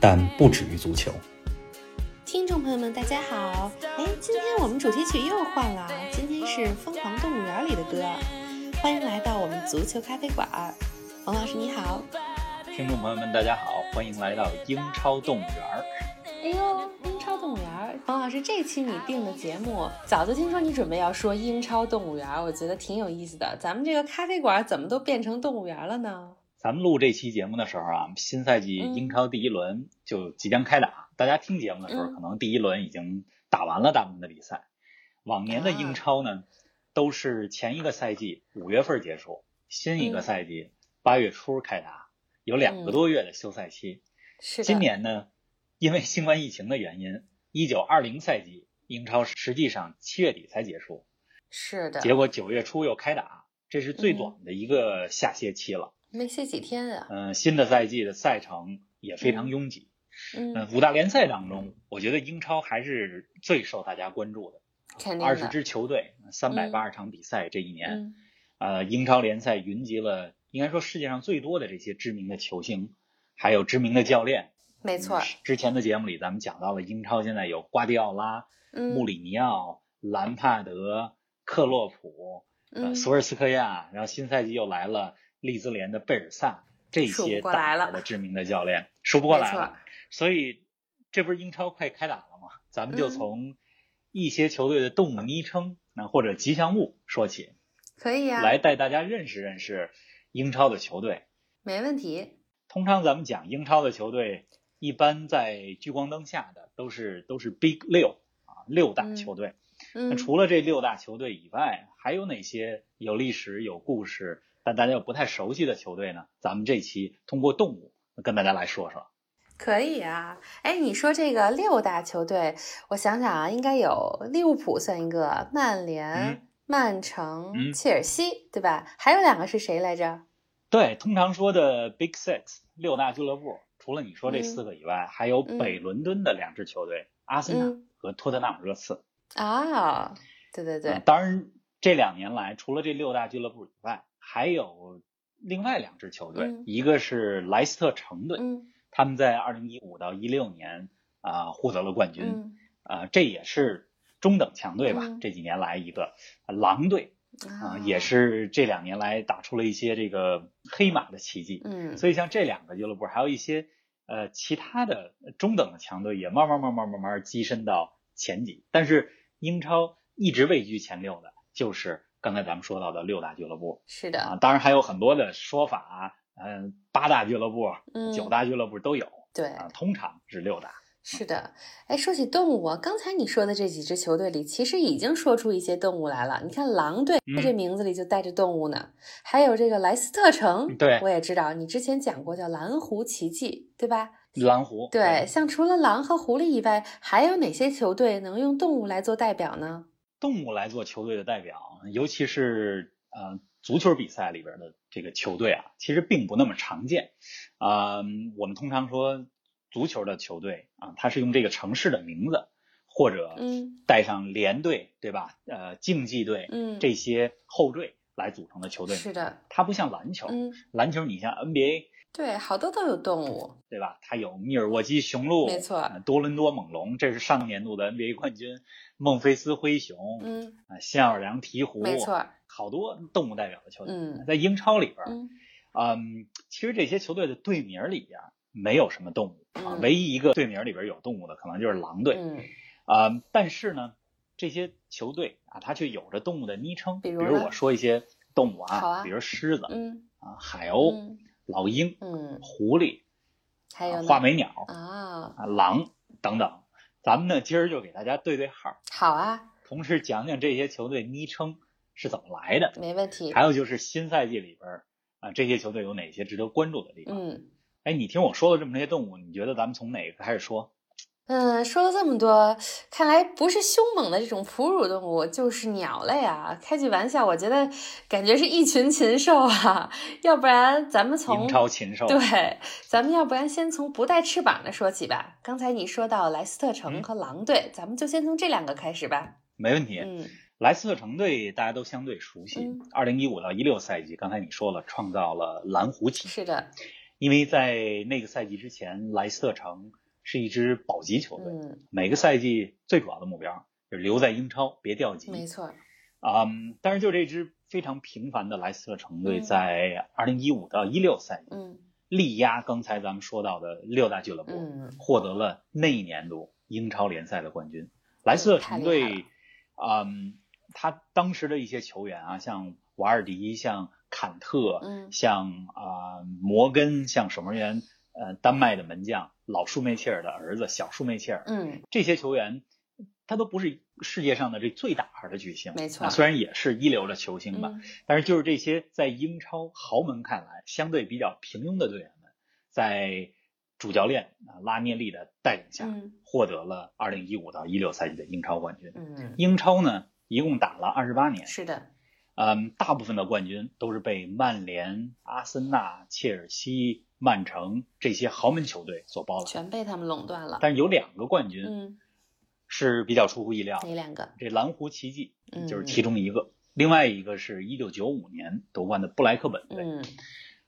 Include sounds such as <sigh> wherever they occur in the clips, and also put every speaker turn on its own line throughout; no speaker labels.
但不止于足球。
听众朋友们，大家好！哎，今天我们主题曲又换了，今天是《疯狂动物园》里的歌。欢迎来到我们足球咖啡馆，王老师你好。
听众朋友们，大家好，欢迎来到英超动物园儿。
哎呦，英超动物园，王老师哦这期你定的节目，早就听说你准备要说英超动物园，我觉得挺有意思的。咱们这个咖啡馆怎么都变成动物园了呢？
咱们录这期节目的时候啊，新赛季
嗯
英超第一轮就即将开打。大家听节目的时候，
嗯
可能第一轮已经打完了大部分的比赛。往年
啊
的英超呢，都是前一个赛季五月份结束，新一个
嗯
赛季八月初开打，有两个多月的休赛期。
嗯是的，
今年呢，因为新冠疫情的原因，一九二零赛季英超实际上七月底才结束，
是的，
结果九月初又开打，这是最
嗯
短的一个下歇期了。
没歇几天啊。
嗯、新的赛季的赛程也非常拥挤。
嗯，
嗯，五大联赛当中，我觉得英超还是最受大家关注的。
肯定
二十
的。
支球队，三百八十场比赛，这一年，
嗯
呃，英超联赛云集了应该说世界上最多的这些知名的球星，还有知名的教练。
没错
嗯。之前的节目里咱们讲到了英超现在有瓜迪奥拉、
嗯，
穆里尼奥、兰帕德、克洛普、呃
嗯
索尔斯克亚，然后新赛季又来了利兹联的贝尔萨，这
数不
些
过
大
来
牌
了
的知名的教练数不过
没
来
错
了。所以这不是英超快开打了吗？咱们就
嗯
从一些球队的动物昵称那或者吉祥物说起，
可以啊，
来带大家认识认识英超的球队。
没问题。
通常咱们讲英超的球队，一般在聚光灯下的都是都是 Big 六啊六大
嗯
球队。那
嗯，
除了这六大球队以外，还有哪些有历史、有故事，但大家又不太熟悉的球队呢？咱们这期通过动物跟大家来说说。
可以啊，哎，你说这个六大球队，我想想啊，应该有利物浦算一个，曼联、
嗯
曼城、
嗯
切尔西，对吧？还有两个是谁来着？
对，通常说的 Big Six 六大俱乐部，除了你说
嗯
这四个以外，还有北伦敦的两支球队，阿森纳
嗯
和托特纳姆热刺。
啊、对对对，
嗯当然这两年来，除了这六大俱乐部以外，还有另外两支球队，
嗯
一个是莱斯特城队，
嗯
他们在二零一五到一六年啊、获得了冠军。
嗯
啊，这也是中等强队吧？
嗯
这几年来一个呃狼队啊、也，是这两年来打出了一些这个黑马的奇迹。
嗯，
所以像这两个俱乐部，还有一些呃其他的中等的强队，也慢慢慢慢慢慢跻身到前几。但是英超一直位居前六的，就是刚才咱们说到的六大俱乐部
是的，
啊，当然还有很多的说法，嗯、八大俱乐部、
嗯，
九大俱乐部都有
对，
啊，通常是六大。
是的。哎，说起动物啊，刚才你说的这几支球队里，其实已经说出一些动物来了。你看狼队，
嗯
这名字里就带着动物呢。还有这个莱斯特城，
对
我也知道，你之前讲过叫蓝狐奇迹，对吧？
蓝湖
对，像除了狼和狐狸以外，还有哪些球队能用动物来做代表呢？
动物来做球队的代表，尤其是呃足球比赛里边的这个球队啊，其实并不那么常见。啊、我们通常说足球的球队啊，它是用这个城市的名字或者
嗯
带上联队，对吧？呃，竞技队
嗯，
这些后队来组成的球队，
是的，
它不像篮球，
嗯，
篮球你像 NBA
对，好多都有动物，
对吧？它有密尔沃基雄鹿，
没错
呃多伦多猛龙，这是上年度的 NBA 冠军，孟菲斯灰熊，
嗯，
啊，新奥尔良鹈鹕，
没错，
好多动物代表的球队，
嗯
在英超里边儿，
嗯
嗯，其实这些球队的队名里边儿没有什么动物啊，
嗯
唯一一个队名里边儿有动物的可能就是狼队
嗯，
啊、嗯但是呢，这些球队啊，它却有着动物的昵称，
比
比
如
如
呢
我说一些动物
好
啊，
啊
比如狮子
嗯
啊、海鸥、
嗯
老鹰、
嗯，
狐狸、
还有
啊
呢
画眉鸟
啊，
啊、狼等等。咱们呢，今儿就给大家对对号儿，
好啊，
同时讲讲这些球队昵称是怎么来的。
没问题
还，有就是新赛季里边儿啊，这些球队有哪些值得关注的地方？
嗯
哎，你听我说了这么些动物，你觉得咱们从哪个开始说？
嗯，说了这么多，看来不是凶猛的这种哺乳动物就是鸟类啊。开句玩笑，我觉得感觉是一群禽兽啊，要不然咱们从
英超禽兽，
对，咱们要不然先从不带翅膀的说起吧。刚才你说到莱斯特
嗯
城和狼队，咱们就先从这两个开始吧。
没问题。
嗯
莱斯特城队大家都相对熟悉
嗯，
二零一五到一六赛季，刚才你说了，创造了蓝狐级，
是的，
因为在那个赛季之前，莱斯特城是一支保级球队，
嗯，
每个赛季最主要的目标就是留在英超，别掉级。
没错，
啊、嗯，但是就这支非常平凡的莱斯特城队，
嗯
在二零一五到一六赛季
嗯
力压刚才咱们说到的六大俱乐部，
嗯，
获得了那一年度英超联赛的冠军。莱斯特城
太厉害
队，嗯，他当时的一些球员啊，像瓦尔迪、像坎特、
嗯
像啊、摩根、像守门员，呃，丹麦的门将老舒梅切尔的儿子小舒梅切尔，
嗯，
这些球员，他都不是世界上的这最大牌的巨星，
没错
啊，虽然也是一流的球星吧，
嗯
但是啊就是这些在英超豪门看来相对比较平庸的队员们，在主教练啊拉涅利的带领下，
嗯
获得了2015到16赛季的英超冠军。
嗯，
英超呢，一共打了28年，
是的，
嗯，大部分的冠军都是被曼联、阿森纳、切尔西、曼城这些豪门球队所包揽。
全被他们垄断了。
但是有两个冠军
嗯，
是比较出乎意料的，
哪两个？
这蓝狐奇迹
嗯，
啊就是其中一个，另外一个是1995年夺冠的布莱克本队。
嗯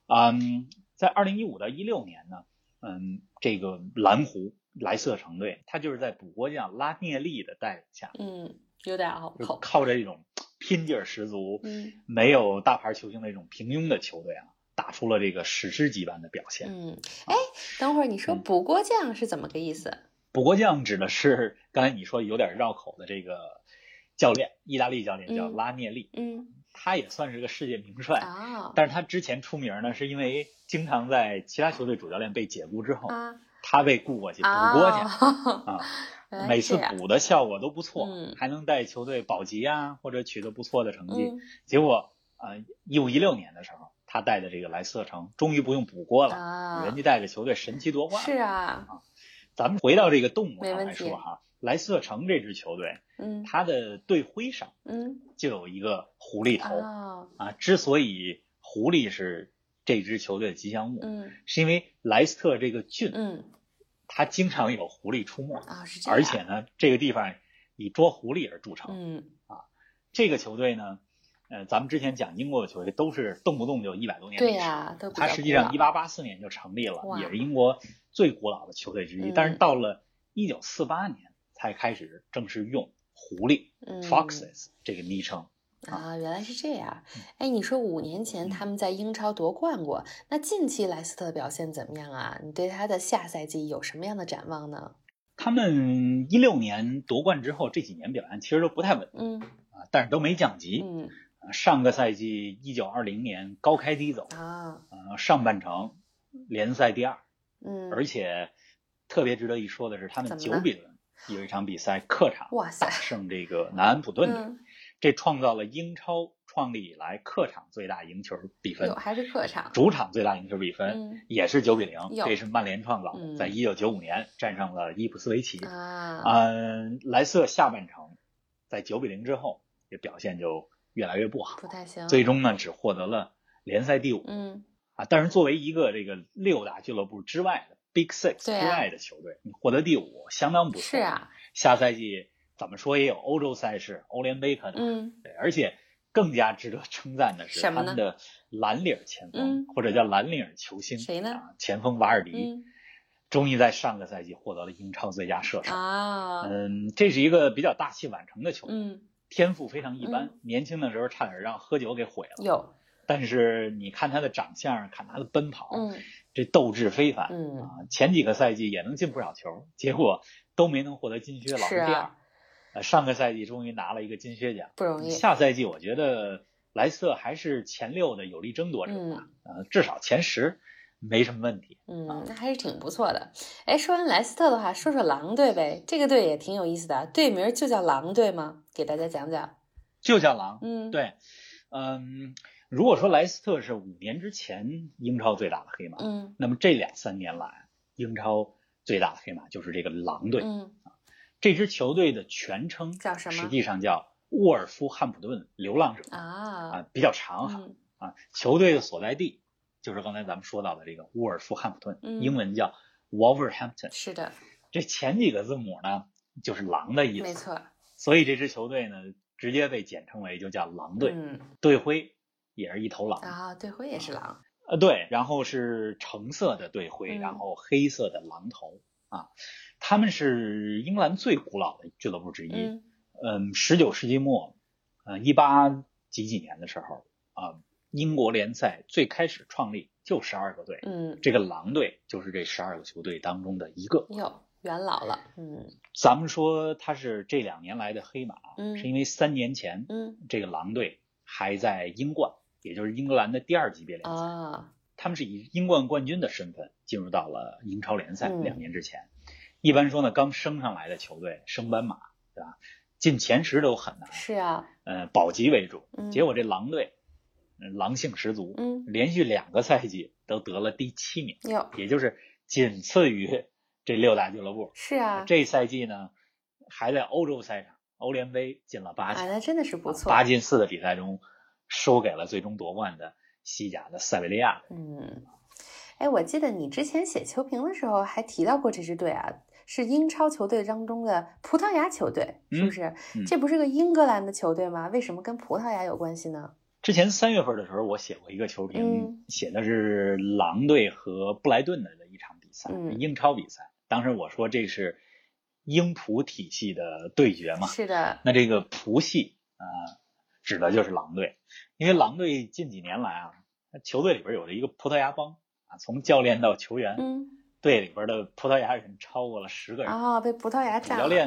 嗯，在二零一五到一六年呢，嗯，这个蓝湖莱斯特城队，他就是在主国将拉涅利的带领下，
嗯，有点拗
就
口。
靠着这种拼劲儿十足、
嗯
没有大牌球星的这种平庸的球队啊，打出了这个史诗级般的表现。
嗯，哎，等会儿你
嗯
说补锅匠是怎么个意思？
补国将指的是刚才你说有点绕口的这个教练，意大利教练叫
嗯
拉涅利，
嗯
他也算是个世界名帅。
啊
但是他之前出名呢，是因为经常在其他球队主教练被解雇之后，
啊
他被雇过去补
啊！
锅去，
原来
每
是
次
哎这样
补的效果都不错，
嗯
还能带球队保级啊，或者取得不错的成绩。
嗯
结果呃，一五一六年的时候，他带的这个莱斯特城终于不用补锅了，
啊，
人家带着球队神奇夺冠。
是啊，
咱们回到这个动物
没
上
问
来
题
说哈，莱斯特城这支球队，
嗯
它的队徽上
嗯
就有一个狐狸头
哦
啊。之所以狐狸是这支球队的吉祥物，
嗯
是因为莱斯特这个郡，
嗯
它经常有狐狸出没。
啊是这样，
而且呢，这个地方以捉狐狸而著称。
嗯
这个球队呢，呃，咱们之前讲英国的球队都是动不动就一百多年历
对啊
史，
呀，都比
它
较古
实际
老
上一八八四年就成立了
哇，
也是英国最古老的球队之一。
嗯
但是到了一九四八年才开始正式用狐狸、
嗯
foxes 这个昵称。
啊，原来是这样。
嗯
哎，你说五年前他们在英超夺冠过，那近期莱斯特表现怎么样啊？你对他的下赛季有什么样的展望呢？
他们一六年夺冠之后，这几年表现其实都不太稳
嗯
啊，但是都没降级。
嗯
啊上个赛季一九二零年高开低走，
啊
呃，上半程联赛第二，
嗯，
而且特别值得一说的是，他们
怎么
九
了
比零有一场比赛客场
哇塞
大，胜这个南安普顿队，
嗯，
这创造了英超创立以来客场最大赢球比分
有，还是客场，
主场最大赢球比分。
嗯
也是九比零，
哟
这是曼联创造
嗯
的，在一九九五年战胜了伊普斯维奇。
啊
嗯，莱斯特下半场在九比零之后，这表现就越来越不好，
不太行，
最终呢只获得了联赛第五。
嗯
啊，但是作为一个这个六大俱乐部之外的 Big Six 之
对啊
外的球队，你获得第五相当不错。
是，啊，
下赛季怎么说也有欧洲赛事、欧联杯可能。
嗯
对，而且更加值得称赞的是
什么呢
他们的蓝领前锋，
嗯
或者叫蓝领球星，
谁呢
啊，前锋瓦尔迪、
嗯
终于在上个赛季获得了英超最佳射手。
啊
嗯，这是一个比较大器晚成的球员，
嗯
天赋非常一般，
嗯
年轻的时候差点让喝酒给毁了。
有
但是你看他的长相，看他的奔跑，
嗯
这斗志非凡。
嗯
啊，前几个赛季也能进不少球，结果都没能获得金靴，老
是
是第二。
啊
呃，上个赛季终于拿了一个金靴奖，
不容易，
下赛季我觉得莱斯特还是前六的有力争夺者吧，啊呃，至少前十没什么问题。
嗯，那还是挺不错的。哎，说完莱斯特的话，说说狼队呗，这个队也挺有意思的，啊队名就叫狼队吗？给大家讲讲。
就叫狼，
嗯，，
对，嗯，如果说莱斯特是五年之前英超最大的黑马，
嗯
那么这两三年来，英超最大的黑马就是这个狼队。
嗯，
这支球队的全称
叫什么
实际上叫沃尔夫汉普顿流浪者
啊，
啊，比较长哈、
嗯
啊。球队的所在地就是刚才咱们说到的这个沃尔夫汉普顿，
嗯
英文叫 Wolverhampton。
是的，
这前几个字母呢，就是狼的意
没
思，
错，
所以这支球队呢，直接被简称为就叫狼队。
嗯，
队徽也是一头狼，
啊，队徽也是狼，
呃，对，然后是橙色的队徽，
嗯
然后黑色的狼头啊，他们是英格兰最古老的俱乐部之一。
嗯
嗯，十九世纪末，呃，一八几几年的时候啊、英国联赛最开始创立就十二个队，
嗯，
这个狼队就是这十二个球队当中的一个。
哟，元老了，嗯
咱们说它是这两年来的黑马，啊
嗯
是因为三年前
嗯，
这个狼队还在英冠，也就是英格兰的第二级别联赛。
啊，
他们是以英冠冠军的身份进入到了英超联赛。
嗯
两年之前，一般说呢，刚升上来的球队升班马，对吧？进前十都很难，
是啊，
呃，保级为主。
嗯，
结果这狼队，呃狼性十足，
嗯，
连续两个赛季都得了第七名，
哟，
也就是仅次于 <laughs> 这六大俱乐部。
是啊，
这赛季呢，还在欧洲赛场欧联杯进了八
啊，
强，
那真的是不错，
八进四的比赛中输给了最终夺冠的西甲的塞维利亚。
嗯，哎，我记得你之前写球评的时候还提到过这支队啊，是英超球队当中的葡萄牙球队，是不
嗯
是？
嗯
这不是个英格兰的球队吗？为什么跟葡萄牙有关系呢？
之前三月份的时候，我写过一个球评，
嗯
写的是狼队和布莱顿的一场比赛，
嗯
英超比赛。当时我说这是英葡体系的对决嘛，
是的，
那这个葡系啊、呃指的就是狼队，因为狼队近几年来啊，球队里边有着一个葡萄牙帮啊，从教练到球员，
嗯，
队里边的葡萄牙人超过了十个人，
啊、被葡萄牙
主
占
教
了， <laughs>
练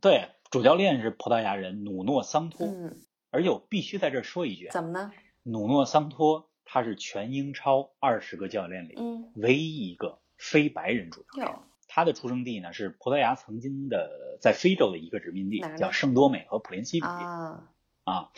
对主教练是葡萄牙人努诺桑托，
嗯，
而且我必须在这儿说一句啊。
怎么呢？
努诺桑托他是全英超二十个教练里
嗯，
唯一一个非白人主教练。
哟，
他的出生地呢是葡萄牙曾经的在非洲的一个殖民地
哪儿，呢
叫圣多美和普林西比。
啊，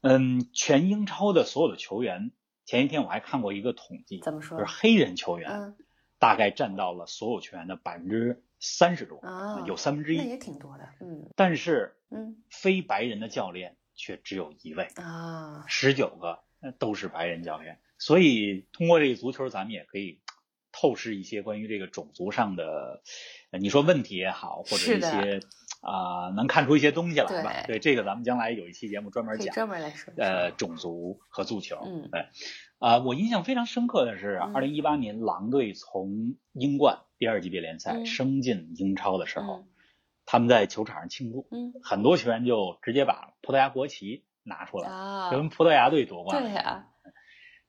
嗯，全英超的所有的球员，前一天我还看过一个统计，
怎么说
就是？黑人球员
嗯，
大概占到了所有球员的百分之三十多，
啊，
有三分之
那
一。
也挺多的，嗯
但是
嗯
非白人的教练却只有一位。
啊，
十九个呃都是白人教练，所以通过这个足球，咱们也可以透视一些关于这个种族上的，呃你说问题也好，或者
是
一
的
些啊、能看出一些东西来吧。
对
对这个，咱们将来有一期节目专门
可以
讲
专门来说一说，
呃种族和足球。
嗯
对啊、我印象非常深刻的是，
嗯
二零一八年狼队从英冠第二级别联赛
嗯
升进英超的时候，
嗯
他们在球场上庆祝，
嗯
很多球员就直接把葡萄牙国旗拿出来。
啊，
跟葡萄牙队夺冠。
对啊呀，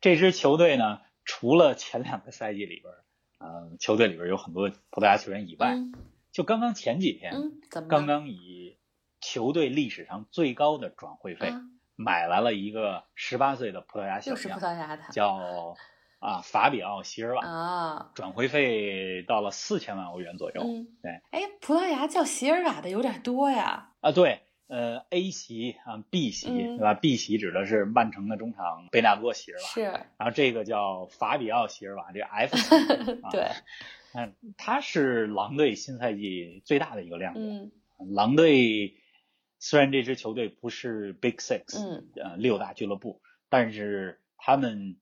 这支球队呢，除了前两个赛季里边儿，呃，球队里边儿有很多葡萄牙球员以外，
嗯
就刚刚前几天，
嗯，怎么
哎
了
刚刚以球队历史上最高的转会费、
啊
买来了一个十八岁的葡萄牙小
又是葡
将，
萄牙的
叫啊法比奥席尔瓦，
啊，
转会费到了四千万欧元左右、
嗯，
对，
哎，葡萄牙叫席尔瓦的有点多呀，
啊。对，呃，A 席啊，B 席、
嗯
对吧？B 席指的是曼城的中场贝纳多席尔瓦。
是， <laughs>
然后这个叫法比奥席尔瓦，这个 F 型啊，
对，
嗯，他是狼队新赛季最大的一个亮点。
嗯
狼队虽然这支球队不是 Big Six，、
嗯，
呃，六大俱乐部，但是他们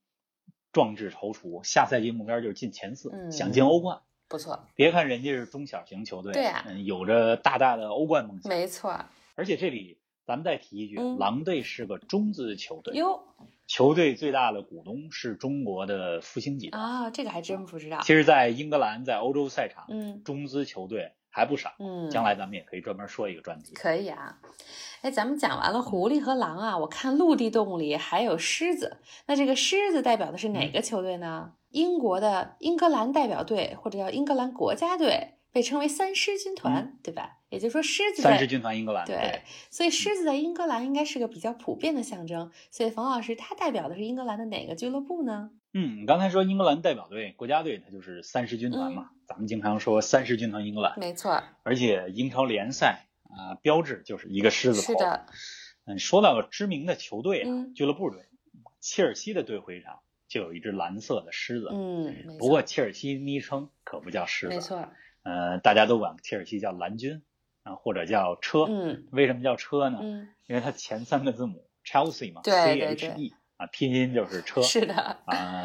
壮志踌躇，下赛季目标就是进前四，
嗯
想进欧冠。
不错，
别看人家是中小型球队，
对啊
嗯，有着大大的欧冠梦想。
没错儿，
而且这里咱们再提一句，
嗯
狼队是个中资球队，
哟
球队最大的股东是中国的复兴集团。
啊，这个还真不知道，
其实，在英格兰，在欧洲赛场，
嗯
中资球队还不少。
嗯，
将来咱们也可以专门说一个专题。
可以啊。哎，咱们讲完了狐狸和狼啊，我看陆地动物里还有狮子，那这个狮子代表的是
嗯
哪个球队呢？英国的英格兰代表队或者叫英格兰国家队，被称为三狮军团，对吧？也就是说，狮子
嗯三
在
狮军团嗯英格兰，
对
对，
所以狮子在英格兰应该是个比较普遍的象征。所以冯老师他代表的是英格兰的哪个俱乐部呢？
嗯，你刚才说英格兰代表队、国家队，它就是三狮军
嗯
团嘛。咱们经常说三狮军团英格兰，
没错，
而且英超联赛啊、标志就是一个狮子头。
是的，
嗯，说到知名的球队啊，
嗯
俱乐部队，切尔西的队徽上就有一只蓝色的狮子。哎
嗯，没
不
错
过切尔西昵称可不叫狮
没
子，
错，
呃，大家都管切尔西叫蓝军啊，或者叫车。
嗯
为什么叫车呢？
嗯，
因为它前三个字母 Chelsea 嘛
对
，C
对
H E 啊，拼音就是车
是的，
啊、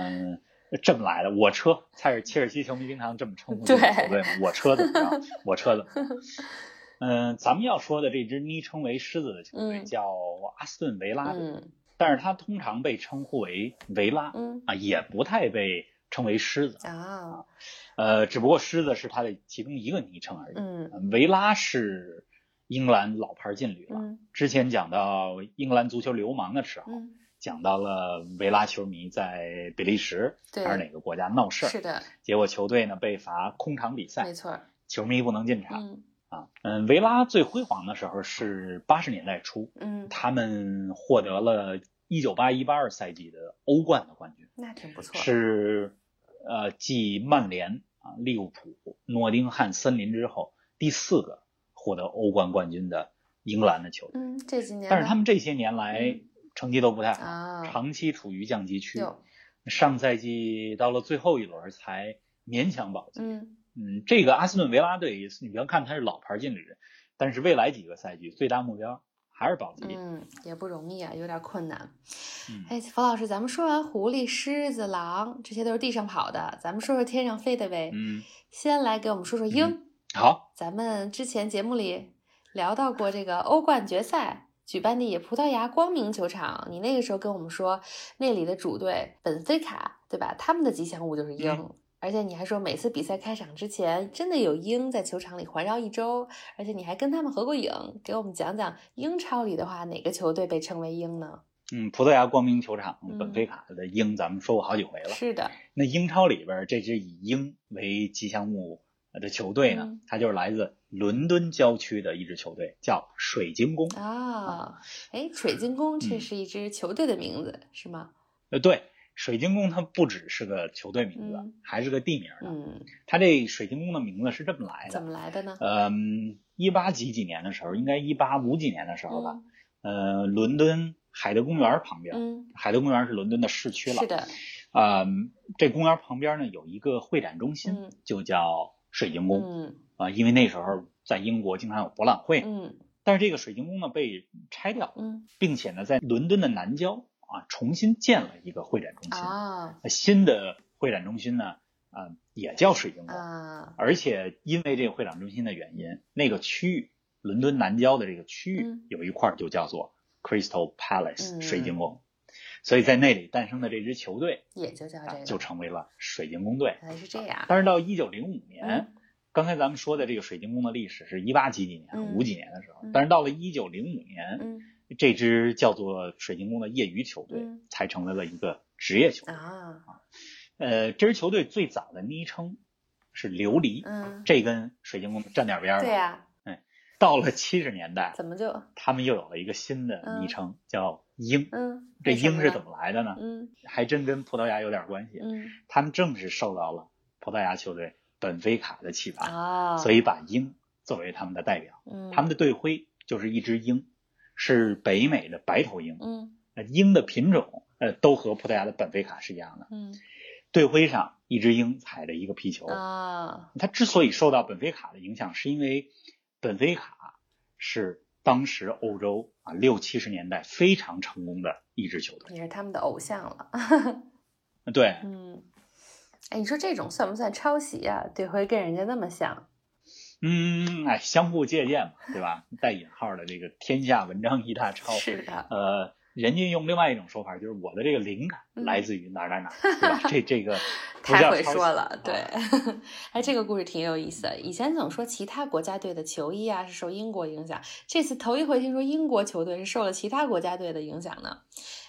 这么来的。我车，猜是切尔西球迷经常这么称呼
对
这个球队嘛？我车怎么样？我车怎么
<laughs>
样？嗯、咱们要说的这支昵称为狮子的球队
嗯
叫阿斯顿维拉队，
嗯
但是它通常被称呼为维拉
嗯
啊，也不太被称为狮子。
啊
呃，只不过狮子是它的其中一个昵称而已。
嗯
维拉是英格兰老牌劲旅了。
嗯
之前讲到英格兰足球流氓的时候，
嗯，
讲到了维拉球迷在比利时
对
还是哪个国家闹事儿，
是的，
结果球队呢被罚空场比赛
没，错，
球迷不能进场、
嗯
啊。嗯，维拉最辉煌的时候是八十年代初，
嗯，
他们获得了一九八一八二赛季的欧冠的冠军。
那挺不错，
是呃继曼联啊、利物浦、诺丁汉森林之后第四个获得欧冠冠军的英格兰的球队。
嗯，这几年呢，
但是他们这些年来
嗯
成绩都不太好，
啊，
长期处于降级区。
有，
上赛季到了最后一轮才勉强保级。
嗯
嗯，这个阿斯顿维拉队，你别看他是老牌劲旅，但是未来几个赛季最大目标还是保级。
嗯，也不容易啊，有点困难。
嗯
哎，冯老师，咱们说完狐狸、狮子、狼，这些都是地上跑的，咱们说说天上飞的呗。
嗯，
先来给我们说说鹰。
好，
咱们之前节目里聊到过这个欧冠决赛。举办地葡萄牙光明球场，你那个时候跟我们说，那里的主队本菲卡，对吧？他们的吉祥物就是鹰，
嗯
而且你还说每次比赛开场之前，真的有鹰在球场里环绕一周，而且你还跟他们合过影，给我们讲讲英超里的话，哪个球队被称为鹰呢？
嗯，葡萄牙光明球场
嗯
本菲卡的鹰，咱们说过好几回了。
是的，
那英超里边儿这支以鹰为吉祥物的球队呢，
嗯
它就是来自伦敦郊区的一支球队，叫水晶宫。
啊，哎，水晶宫这
嗯
是一支球队的名字、是吗？
呃，对，水晶宫它不只是个球队名字，
嗯
还是个地名呢。
嗯，
它这水晶宫的名字是这么来
怎
的。
么来的呢？
嗯，一八几几年的时候，应该一八五几年的时候吧，呃，伦敦海德公园旁边，
嗯，
海德公园是伦敦的市区
嗯，
了。
是的，
嗯，这公园旁边呢有一个会展中心，
嗯
就叫水晶宫。
嗯
啊，因为那时候在英国经常有博览会，
嗯
但是这个水晶宫呢被拆掉了，
嗯
并且呢在伦敦的南郊啊重新建了一个会展中心。
啊
那新的会展中心呢，啊也叫水晶宫，
啊，
而且因为这个会展中心的原因，那个区域伦敦南郊的这个区域、
嗯
有一块儿就叫做 Crystal Palace、
嗯
水晶宫，所以在那里诞生的这支球队、
也就叫
啊
这个，
就成为了水晶宫队。
原来是这样。
但是到一九零五年。
嗯
刚才咱们说的这个水晶宫的历史是一八几几年、
嗯
五几年的时候，
嗯
但是到了一九零五年，
嗯
这支叫做水晶宫的业余球队、
嗯
才成为了一个职业球队。
啊
呃，这支球队最早的昵称是琉璃，
嗯，
这跟水晶宫沾点边儿吧
对啊呀，
到了七十年代，
怎么就
他们又有了一个新的昵称、叫鹰。
嗯？
这
为什
鹰是
呢
怎？么来的呢？
嗯
还真跟葡萄牙有点关系。
嗯
他们正是受到了葡萄牙球队本菲卡的启发，
啊，
所
以
以把鹰作为他们的代表。他
他
们的队徽就是一只鹰，是北美的白头鹰。
嗯
呃鹰的品种呃都和葡萄牙的本菲卡是一样的。
嗯
队徽上一只鹰踩着一个皮球。
啊
它之所以受到本菲卡的影响，是因为本菲卡是当时欧洲啊六七十年代非常成功的一支球队。
也是他们的偶像了。
呃对，
嗯，哎，你说这种算不算抄袭呀？对，会跟人家那么像？
嗯，哎，相互借鉴嘛，对吧？带引号的这个“天下文章一大抄”，
是的，
呃，人家用另外一种说法，就是我的这个灵感
嗯
来自于哪儿哪儿哪儿，对吧？这
<laughs>
这个不
太
叫
会
抄袭
说了，对
啊。
<laughs> 哎，这个故事挺有意思的。以前总说其他国家队的球衣啊是受英国影响，这次头一回听说英国球队是受了其他国家队的影响呢。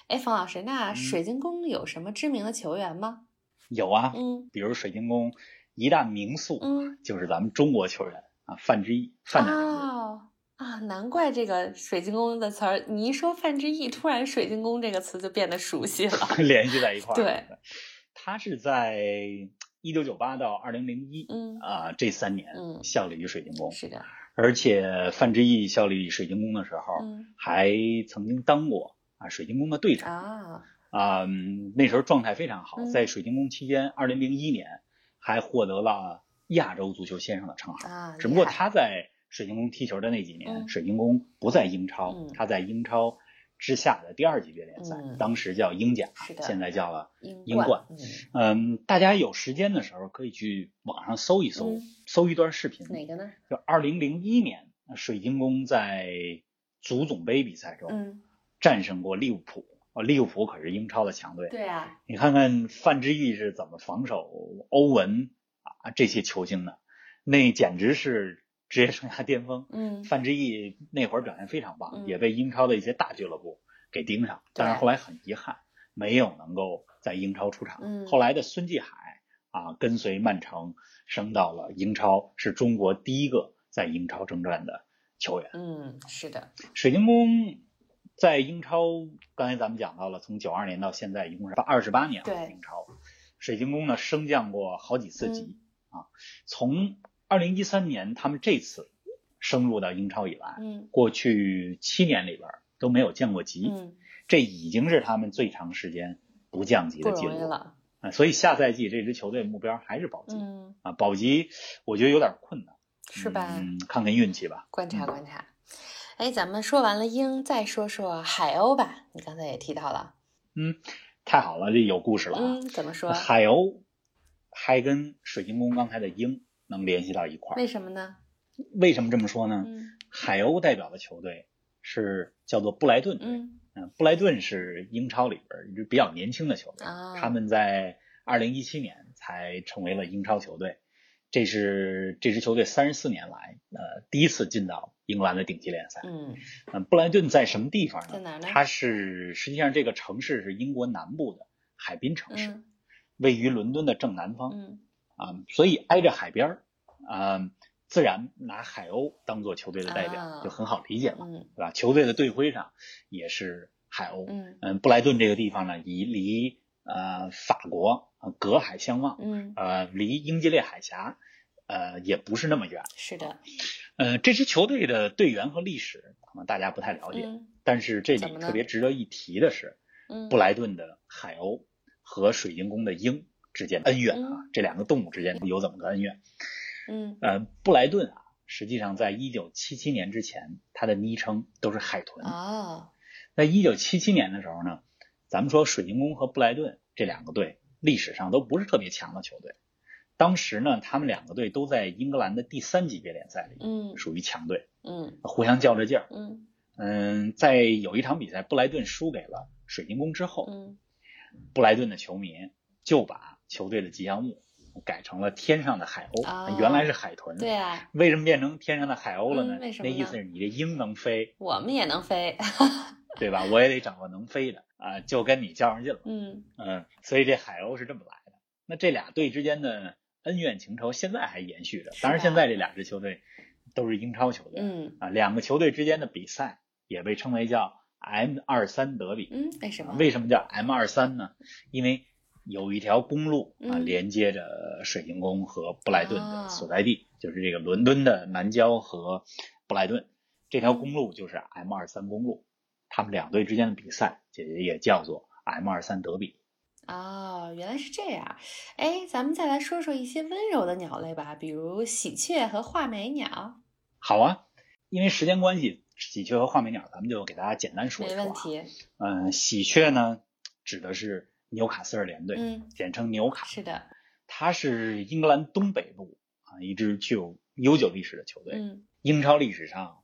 哎，冯老师，那
嗯
水晶宫有什么知名的球员吗？
有啊，
嗯
比如水晶宫一大名宿、
嗯，
就是咱们中国球员啊，范志毅，范志毅。
哦啊，难怪这个水晶宫的词儿，你一说范志毅，突然水晶宫这个词就变得熟悉
<laughs>
了。
联系在一块儿。
对，
他是在一九九八到二零零一
嗯
啊这三年
嗯
效力于水晶宫，
是
<laughs>
的，
而且范志毅效力于水晶宫的时候，
嗯
还曾经当过啊水晶宫的队长。
啊，
啊、嗯那时候状态非常好，
嗯
在水晶宫期间，二零零一年还获得了亚洲足球先生的称号。
啊，
只不过
厉害
他在水晶宫踢球的那几年，
嗯
水晶宫不在英超，
嗯
他在英超之下的第二级别联赛，
嗯
当时叫英甲
是，的
现在叫了。
英
英冠
嗯，
嗯，大家有时间的时候可以去网上搜一搜，
嗯
搜一段视频，
哪个呢？
就二零零一年水晶宫在足总杯比赛中
嗯，
战胜过利物浦。哦，利物浦可是英超的强队，
对啊，
你看看范志毅是怎么防守欧文啊这些球星的，那简直是职业生涯巅峰。
嗯，
范志毅那会儿表现非常棒，
嗯
也被英超的一些大俱乐部给盯上，
对
但是后来很遗憾，没有能够在英超出场。
嗯
后来的孙继海啊，跟随曼城升到了英超，是中国第一个在英超征战的球员。
嗯，是的，
水晶宫在英超，刚才咱们讲到了，从九二年到现在，一共是二十八年了。
对
英超，水晶宫呢升降过好几次
嗯
级、啊。从二零一三年他们这次升入到英超以来，
嗯
过去七年里边都没有降过级，
嗯，
这已经是他们最长时间不降级
不
的记
容易
录
了，
啊。所以下赛季这支球队目标还是保级、
嗯，
啊，保级我觉得有点困难，
是吧？
嗯，看看运气吧。
观察
嗯
观察。哎，咱们说完了英，再说说海鸥吧。你刚才也提到了，
太好了，这有故事了啊。
嗯，怎么说？
海鸥还跟水晶宫刚才的鹰能联系到一块儿。
为什么呢？
为什么这么说呢？
嗯
海鸥代表的球队是叫做布莱顿队。
嗯
嗯，布莱顿是英超里边儿一支比较年轻的球队，
啊，
他们在二零一七年才成为了英超球队。这是这支球队三十四年来呃第一次进到英格兰的顶级联赛。
嗯
嗯，布莱顿在什么地方
在
呢？
哪儿呢？
它是实际上这个城市是英国南部的海滨城市，
嗯
位于伦敦的正南方。
嗯
啊、所以挨着海边儿，啊、自然拿海鸥当做球队的代表、
啊
就很好理解嘛，
嗯
对吧？球队的队徽上也是海鸥。
嗯
嗯，布莱顿这个地方呢，以离呃法国呃隔海相望，
嗯，
呃，离英吉利海峡呃也不是那么远。
是的，
呃，这支球队的队员和历史可能大家不太了解，
嗯
但是这
怎
里
么呢
特别值得一提的是，
嗯，
布莱顿的海鸥和水晶宫的鹰之间的恩怨啊，这两个动物之间有怎么个恩怨？
嗯
呃，布莱顿啊，实际上在一九七七年之前，它的昵称都是海豚。
啊，
在一九七七年的时候呢，咱们说水晶宫和布莱顿这两个队历史上都不是特别强的球队，当时呢，他们两个队都在英格兰的第三级别联赛里，
嗯
属于强队，
嗯
互相较着劲儿。
嗯
嗯，在有一场比赛，布莱顿输给了水晶宫之后，
嗯
布莱顿的球迷就把球队的吉祥物改成了天上的海
哦
鸥，原来是海豚，
对啊，
为什么变成天上的海鸥了呢？
嗯为什么
那
呢
意思是你这鹰能飞，
我们也能 <laughs> 飞，
对吧？我也得找个能飞的啊、就跟你较上劲了。
嗯
嗯，所以这海鸥是这么来的。那这俩队之间的恩怨情仇现在还延续着，当然
吧
现在这两支球队都是英超球队、
嗯
啊，两个球队之间的比赛也被称为叫 M 二三德比。
嗯，为什么？
为什么叫 M 二三呢？因为有一条公路啊，
嗯
连接着水晶宫和布莱顿
哦
的所在地，就是这个伦敦的南郊和布莱顿。这条公路就是 M 二三公路，他们两队之间的比赛也也叫做 M 二三德比。
哦，原来是这样。哎，咱们再来说说一些温柔的鸟类吧，比如喜鹊和画眉鸟。
好啊，因为时间关系，喜鹊和画眉鸟咱们就给大家简单说一
没
说、啊。
问。题。
嗯，喜鹊呢，指的是纽卡斯尔联队，
嗯，
简称纽卡。
是的。
它是英格兰东北部啊一支具有悠久历史的球队。
嗯
英超历史上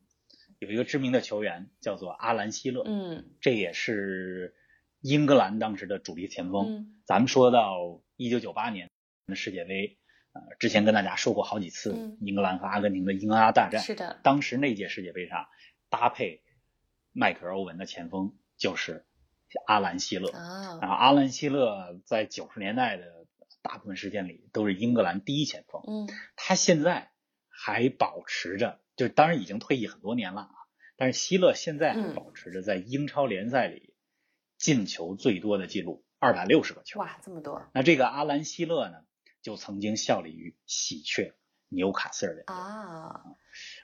有一个知名的球员叫做阿兰希勒，
嗯
这也是英格兰当时的主力前锋。
嗯
咱们说到一九九八年的世界杯，呃，之前跟大家说过好几次，
嗯
英格兰和阿根廷的英阿大战。
是的。
当时那届世界杯上，搭配迈克尔·欧文的前锋就是阿兰希勒。
啊、
然后阿兰希勒在九十年代的大部分时间里都是英格兰第一前锋，
嗯
他现在还保持着，就当然已经退役很多年了啊，但是希勒现在还
嗯
保持着在英超联赛里进球最多的记录，二百六十个球。
哇，这么多
那这个阿兰希勒呢，就曾经效力于喜鹊、纽卡斯尔联。
啊！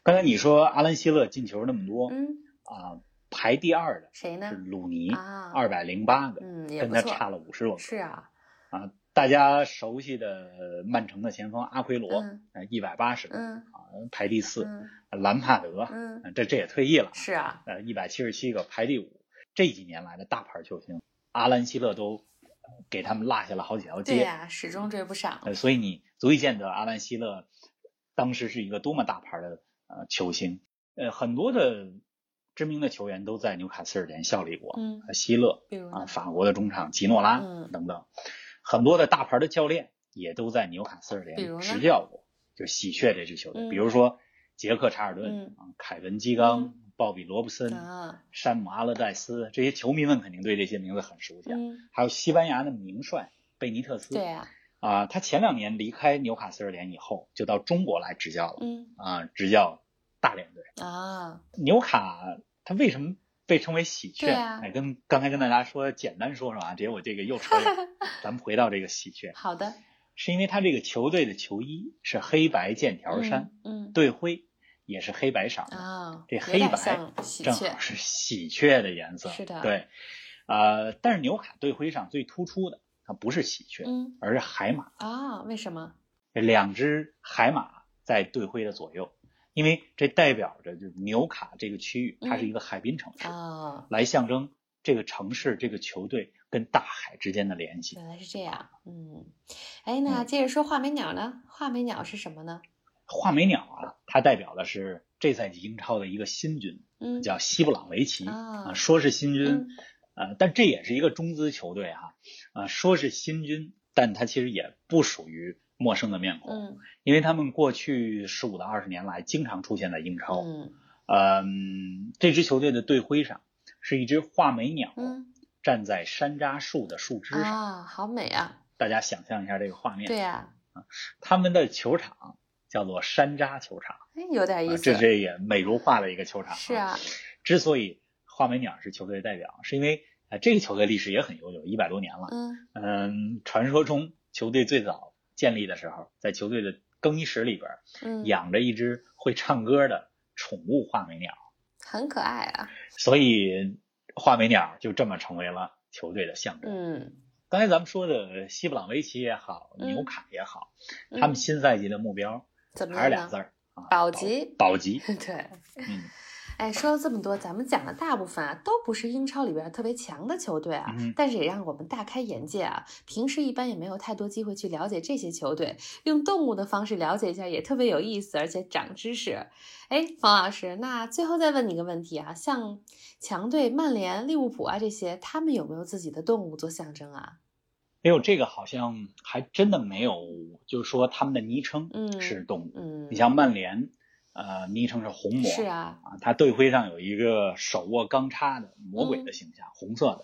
刚才你说阿兰希勒进球那么多啊、
嗯
排第二的
谁呢
哦是？鲁尼，
嗯啊，
二百零八个，
嗯，也
跟
不
他
错，
差了五十多个。
是啊，
大家熟悉的呃曼城的前锋阿奎罗呃
嗯，
一百八十个
嗯
排第四，
嗯
兰帕德，
嗯，
呃这这也退役了，
是啊，
呃，一百七十七个排第五。这几年来的大牌球星，阿兰希勒都呃给他们落下了好几条
对
街。
呀、始终追不上。
呃，所以你足以见得阿兰希勒当时是一个多么大牌的呃球星。呃，很多的知名的球员都在纽卡斯尔联效力过，
嗯，
呃希勒
比如
啊，
呢？
法国的中场吉诺拉
嗯
等等，很多的大牌的教练也都在纽卡斯尔
比如呢
联执教过，就喜鹊这支球队，
嗯
比如说杰克查尔顿
嗯、
啊凯文基冈、鲍比罗布森、
啊，
山姆阿勒代斯，这些球迷们肯定对这些名字很熟悉啊。
嗯，
还有西班牙的名帅贝尼特斯，
对呀、
啊，他前两年离开纽卡斯尔联以后，就到中国来执教了
嗯
啊，执教大连队。
啊，
纽卡他为什么被称为喜鹊？
对啊
哎，跟刚才跟大家说，简单说说啊，结果我这个又扯
<laughs>
远咱们回到这个喜鹊，
好的，
是因为他这个球队的球衣是黑白剑条衫，
嗯，嗯
队徽也是黑白色儿的，
啊，
这
有
黑
点
白
像喜
正
鹊
好，是喜鹊的颜色。
是的
对，呃，但是纽卡队徽上最突出的，它不是喜鹊，
嗯
而是海马。
啊，为什么？
这两只海马在队徽的左右，因为这代表着就是纽卡这个区域，它是一个海滨城市，
嗯啊，
来象征这个城市、这个球队跟大海之间的联系。
原来是这样，嗯，哎，那接着说画眉鸟呢？画眉鸟是什么呢？
画眉鸟啊，它代表的是这赛季英超的一个新军，
嗯，
叫西布朗维奇
啊
啊，说是新军
嗯，
呃，但这也是一个中资球队哈、啊，说是新军，但它其实也不属于陌生的面孔，
嗯
因为他们过去十五到二十年来经常出现在英超。
嗯
嗯，这支球队的队徽上是一只画眉鸟
嗯
站在山楂树的树枝上，
啊，好美啊，
大家想象一下这个画面。
对啊呀、
他们的球场叫做山楂球场，
哎，有点意
啊、
思，
这这也美如画的一个球场。
是啊，
之所以画眉鸟是球队的代表，是因为啊、呃这个球队历史也很悠久，一百多年了。
嗯
嗯，传说中球队最早建立的时候，在球队的更衣室里边
嗯，
养着一只会唱歌的宠物画眉鸟。
很可爱啊，
所以画眉鸟就这么成为了球队的象征。
嗯，
刚才咱们说的西布朗维奇也好，
嗯
纽卡也好，
嗯
他们新赛季的目标
怎么
还是
样
俩
呢
字？儿啊，
保级。
保级
<laughs> 对，
嗯
哎，说了这么多，咱们讲的大部分啊，都不是英超里边特别强的球队啊，
嗯
但是也让我们大开眼界啊。平时一般也没有太多机会去了解这些球队，用动物的方式了解一下也特别有意思，而且长知识。哎，黄老师，那最后再问你一个问题啊，像强队曼联、利物浦啊这些，他们有没有自己的动物做象征啊？
哎呦，这个好像还真的没有，就是说他们的昵称
嗯
是动物。
嗯，
你像曼联，呃，昵称是红魔，
是啊，
啊，他队徽上有一个手握钢叉的魔鬼
嗯
的形象，红色的。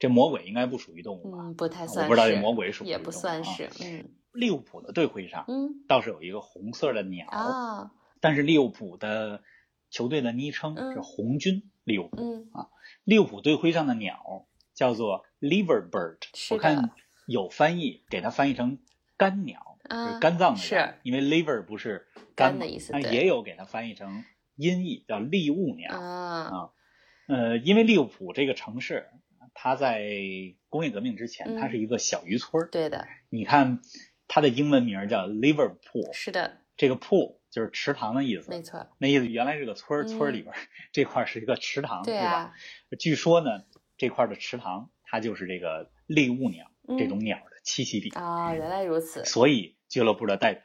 这魔鬼应该不属于动物吧？啊
嗯，不太算是，
我不知道这魔鬼属
也
于
不
动物
算
啊
是，嗯
利物浦的队徽上
嗯
倒是有一个红色的鸟，
啊
但是利物浦的球队的昵称
嗯
是红军利物浦。
嗯
利物浦队徽上的鸟叫做 Liverbird，
是的
我看有翻译给它翻译成干鸟，就是
啊，
肝脏的
是
肝，因为 liver 不是
肝
肝
的
嘛
意思
但
对
也有给它翻译成音译叫利物鸟。
啊
啊
嗯
呃，因为利物浦这个城市，它在工业革命之前，
嗯
它是一个小渔村儿。
对的，
你看它的英文名儿叫 Liverpool，
是的，
这个 pool 就是池塘的意
没
思。
错，
那意思原来是个村儿，
嗯
村儿里边儿这块儿是一个池塘，
对
是吧？
啊，
据说呢，这块儿的池塘它就是这个猎物鸟
嗯
这种鸟的栖息地，
啊、原来如此，
所以俱乐部的代表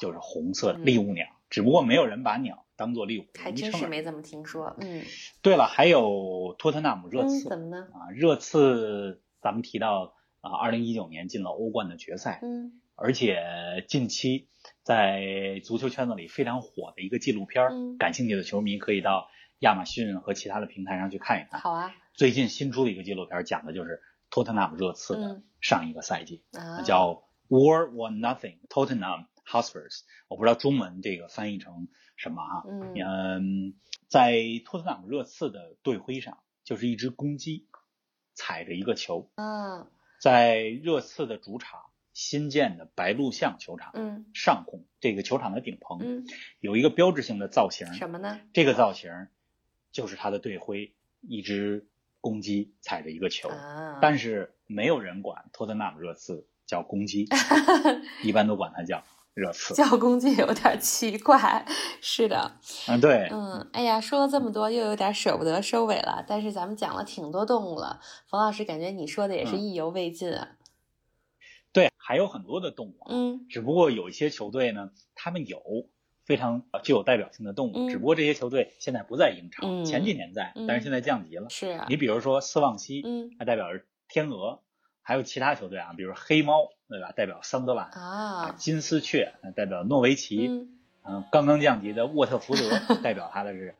就是红色的
嗯
猎物鸟。只不过没有人把鸟当做猎物
还
昵
真
称
是
而
没
已。
怎么听说。嗯
对了，还有托特纳姆热
嗯，
刺、
怎么呢？
啊，热刺咱们提到啊，二零一九年进了欧冠的决赛，
嗯
而且近期在足球圈子里非常火的一个纪录片儿，
嗯
感兴趣的球迷可以到亚马逊和其他的平台上去看一看。
好啊，
最近新出的一个纪录片，讲的就是托特纳姆热刺的
嗯
上一个赛季，
啊，
叫 War or Nothing Tottenham Hotspurs。我不知道中文这个翻译成什么啊？
嗯
嗯，在托特纳姆热刺的队徽上，就是一只公鸡踩着一个球，
啊
在热刺的主场新建的白鹿巷球场
嗯
上空，这个球场的顶棚
嗯，
有一个标志性的造型，
什么呢？
这个造型就是它的队徽一只公鸡踩着一个球，
啊，
但是没有人管托特纳姆热刺叫
<laughs>
公鸡，一般都管它叫热刺。
叫公鸡有点奇怪，是的，
嗯， <laughs> 对，
嗯，哎呀，说了这么多，又有点舍不得收尾了。但是咱们讲了挺多动物了，冯老师感觉你说的也是
嗯
意犹未尽啊。
对，还有很多的动物啊，
嗯
只不过有一些球队呢，他们有非常呃具有代表性的动物，
嗯
只不过这些球队现在不在英超，
嗯
前几年在，
嗯
但是现在降级了。
是啊，
你比如说斯旺西，
嗯
它代表着天鹅，还有其他球队啊，比如黑猫，对吧？代表桑德兰。
啊，
金丝雀呃代表诺维奇，
嗯
嗯，刚刚降级的沃特福德
<laughs>
代表他的是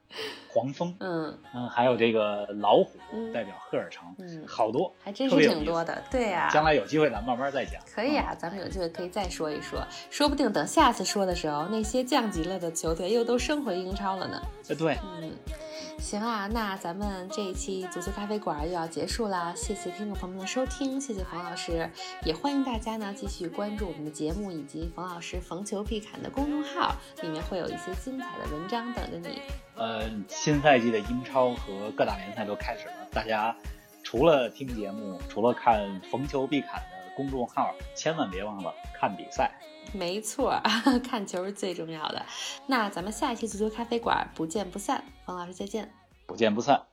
黄蜂，
嗯
嗯，还有这个老虎
嗯
代表赫尔城，
嗯，
好多，
还真是
特别有
挺
意思
多的，对呀、
将来有机会咱慢慢再讲。
可以啊，咱们有机会可以再说一说，说不定等下次说的时候，那些降级了的球队又都升回英超了呢。
呃，对，
嗯，行啊，那咱们这一期足球咖啡馆又要结束啦，谢谢听众朋友们的收听，谢谢冯老师，也欢迎大家呢继续关注我们的节目以及冯老师逢球必侃的公众号，里面会有一些精彩的文章等着你。
呃，新赛季的英超和各大联赛都开始了，大家除了听节目，除了看逢球必侃的公众号，千万别忘了看比赛。
没错儿， <laughs> 看球是最重要的。那咱们下一期足球咖啡馆不见不散，冯老师再见。
不见不散。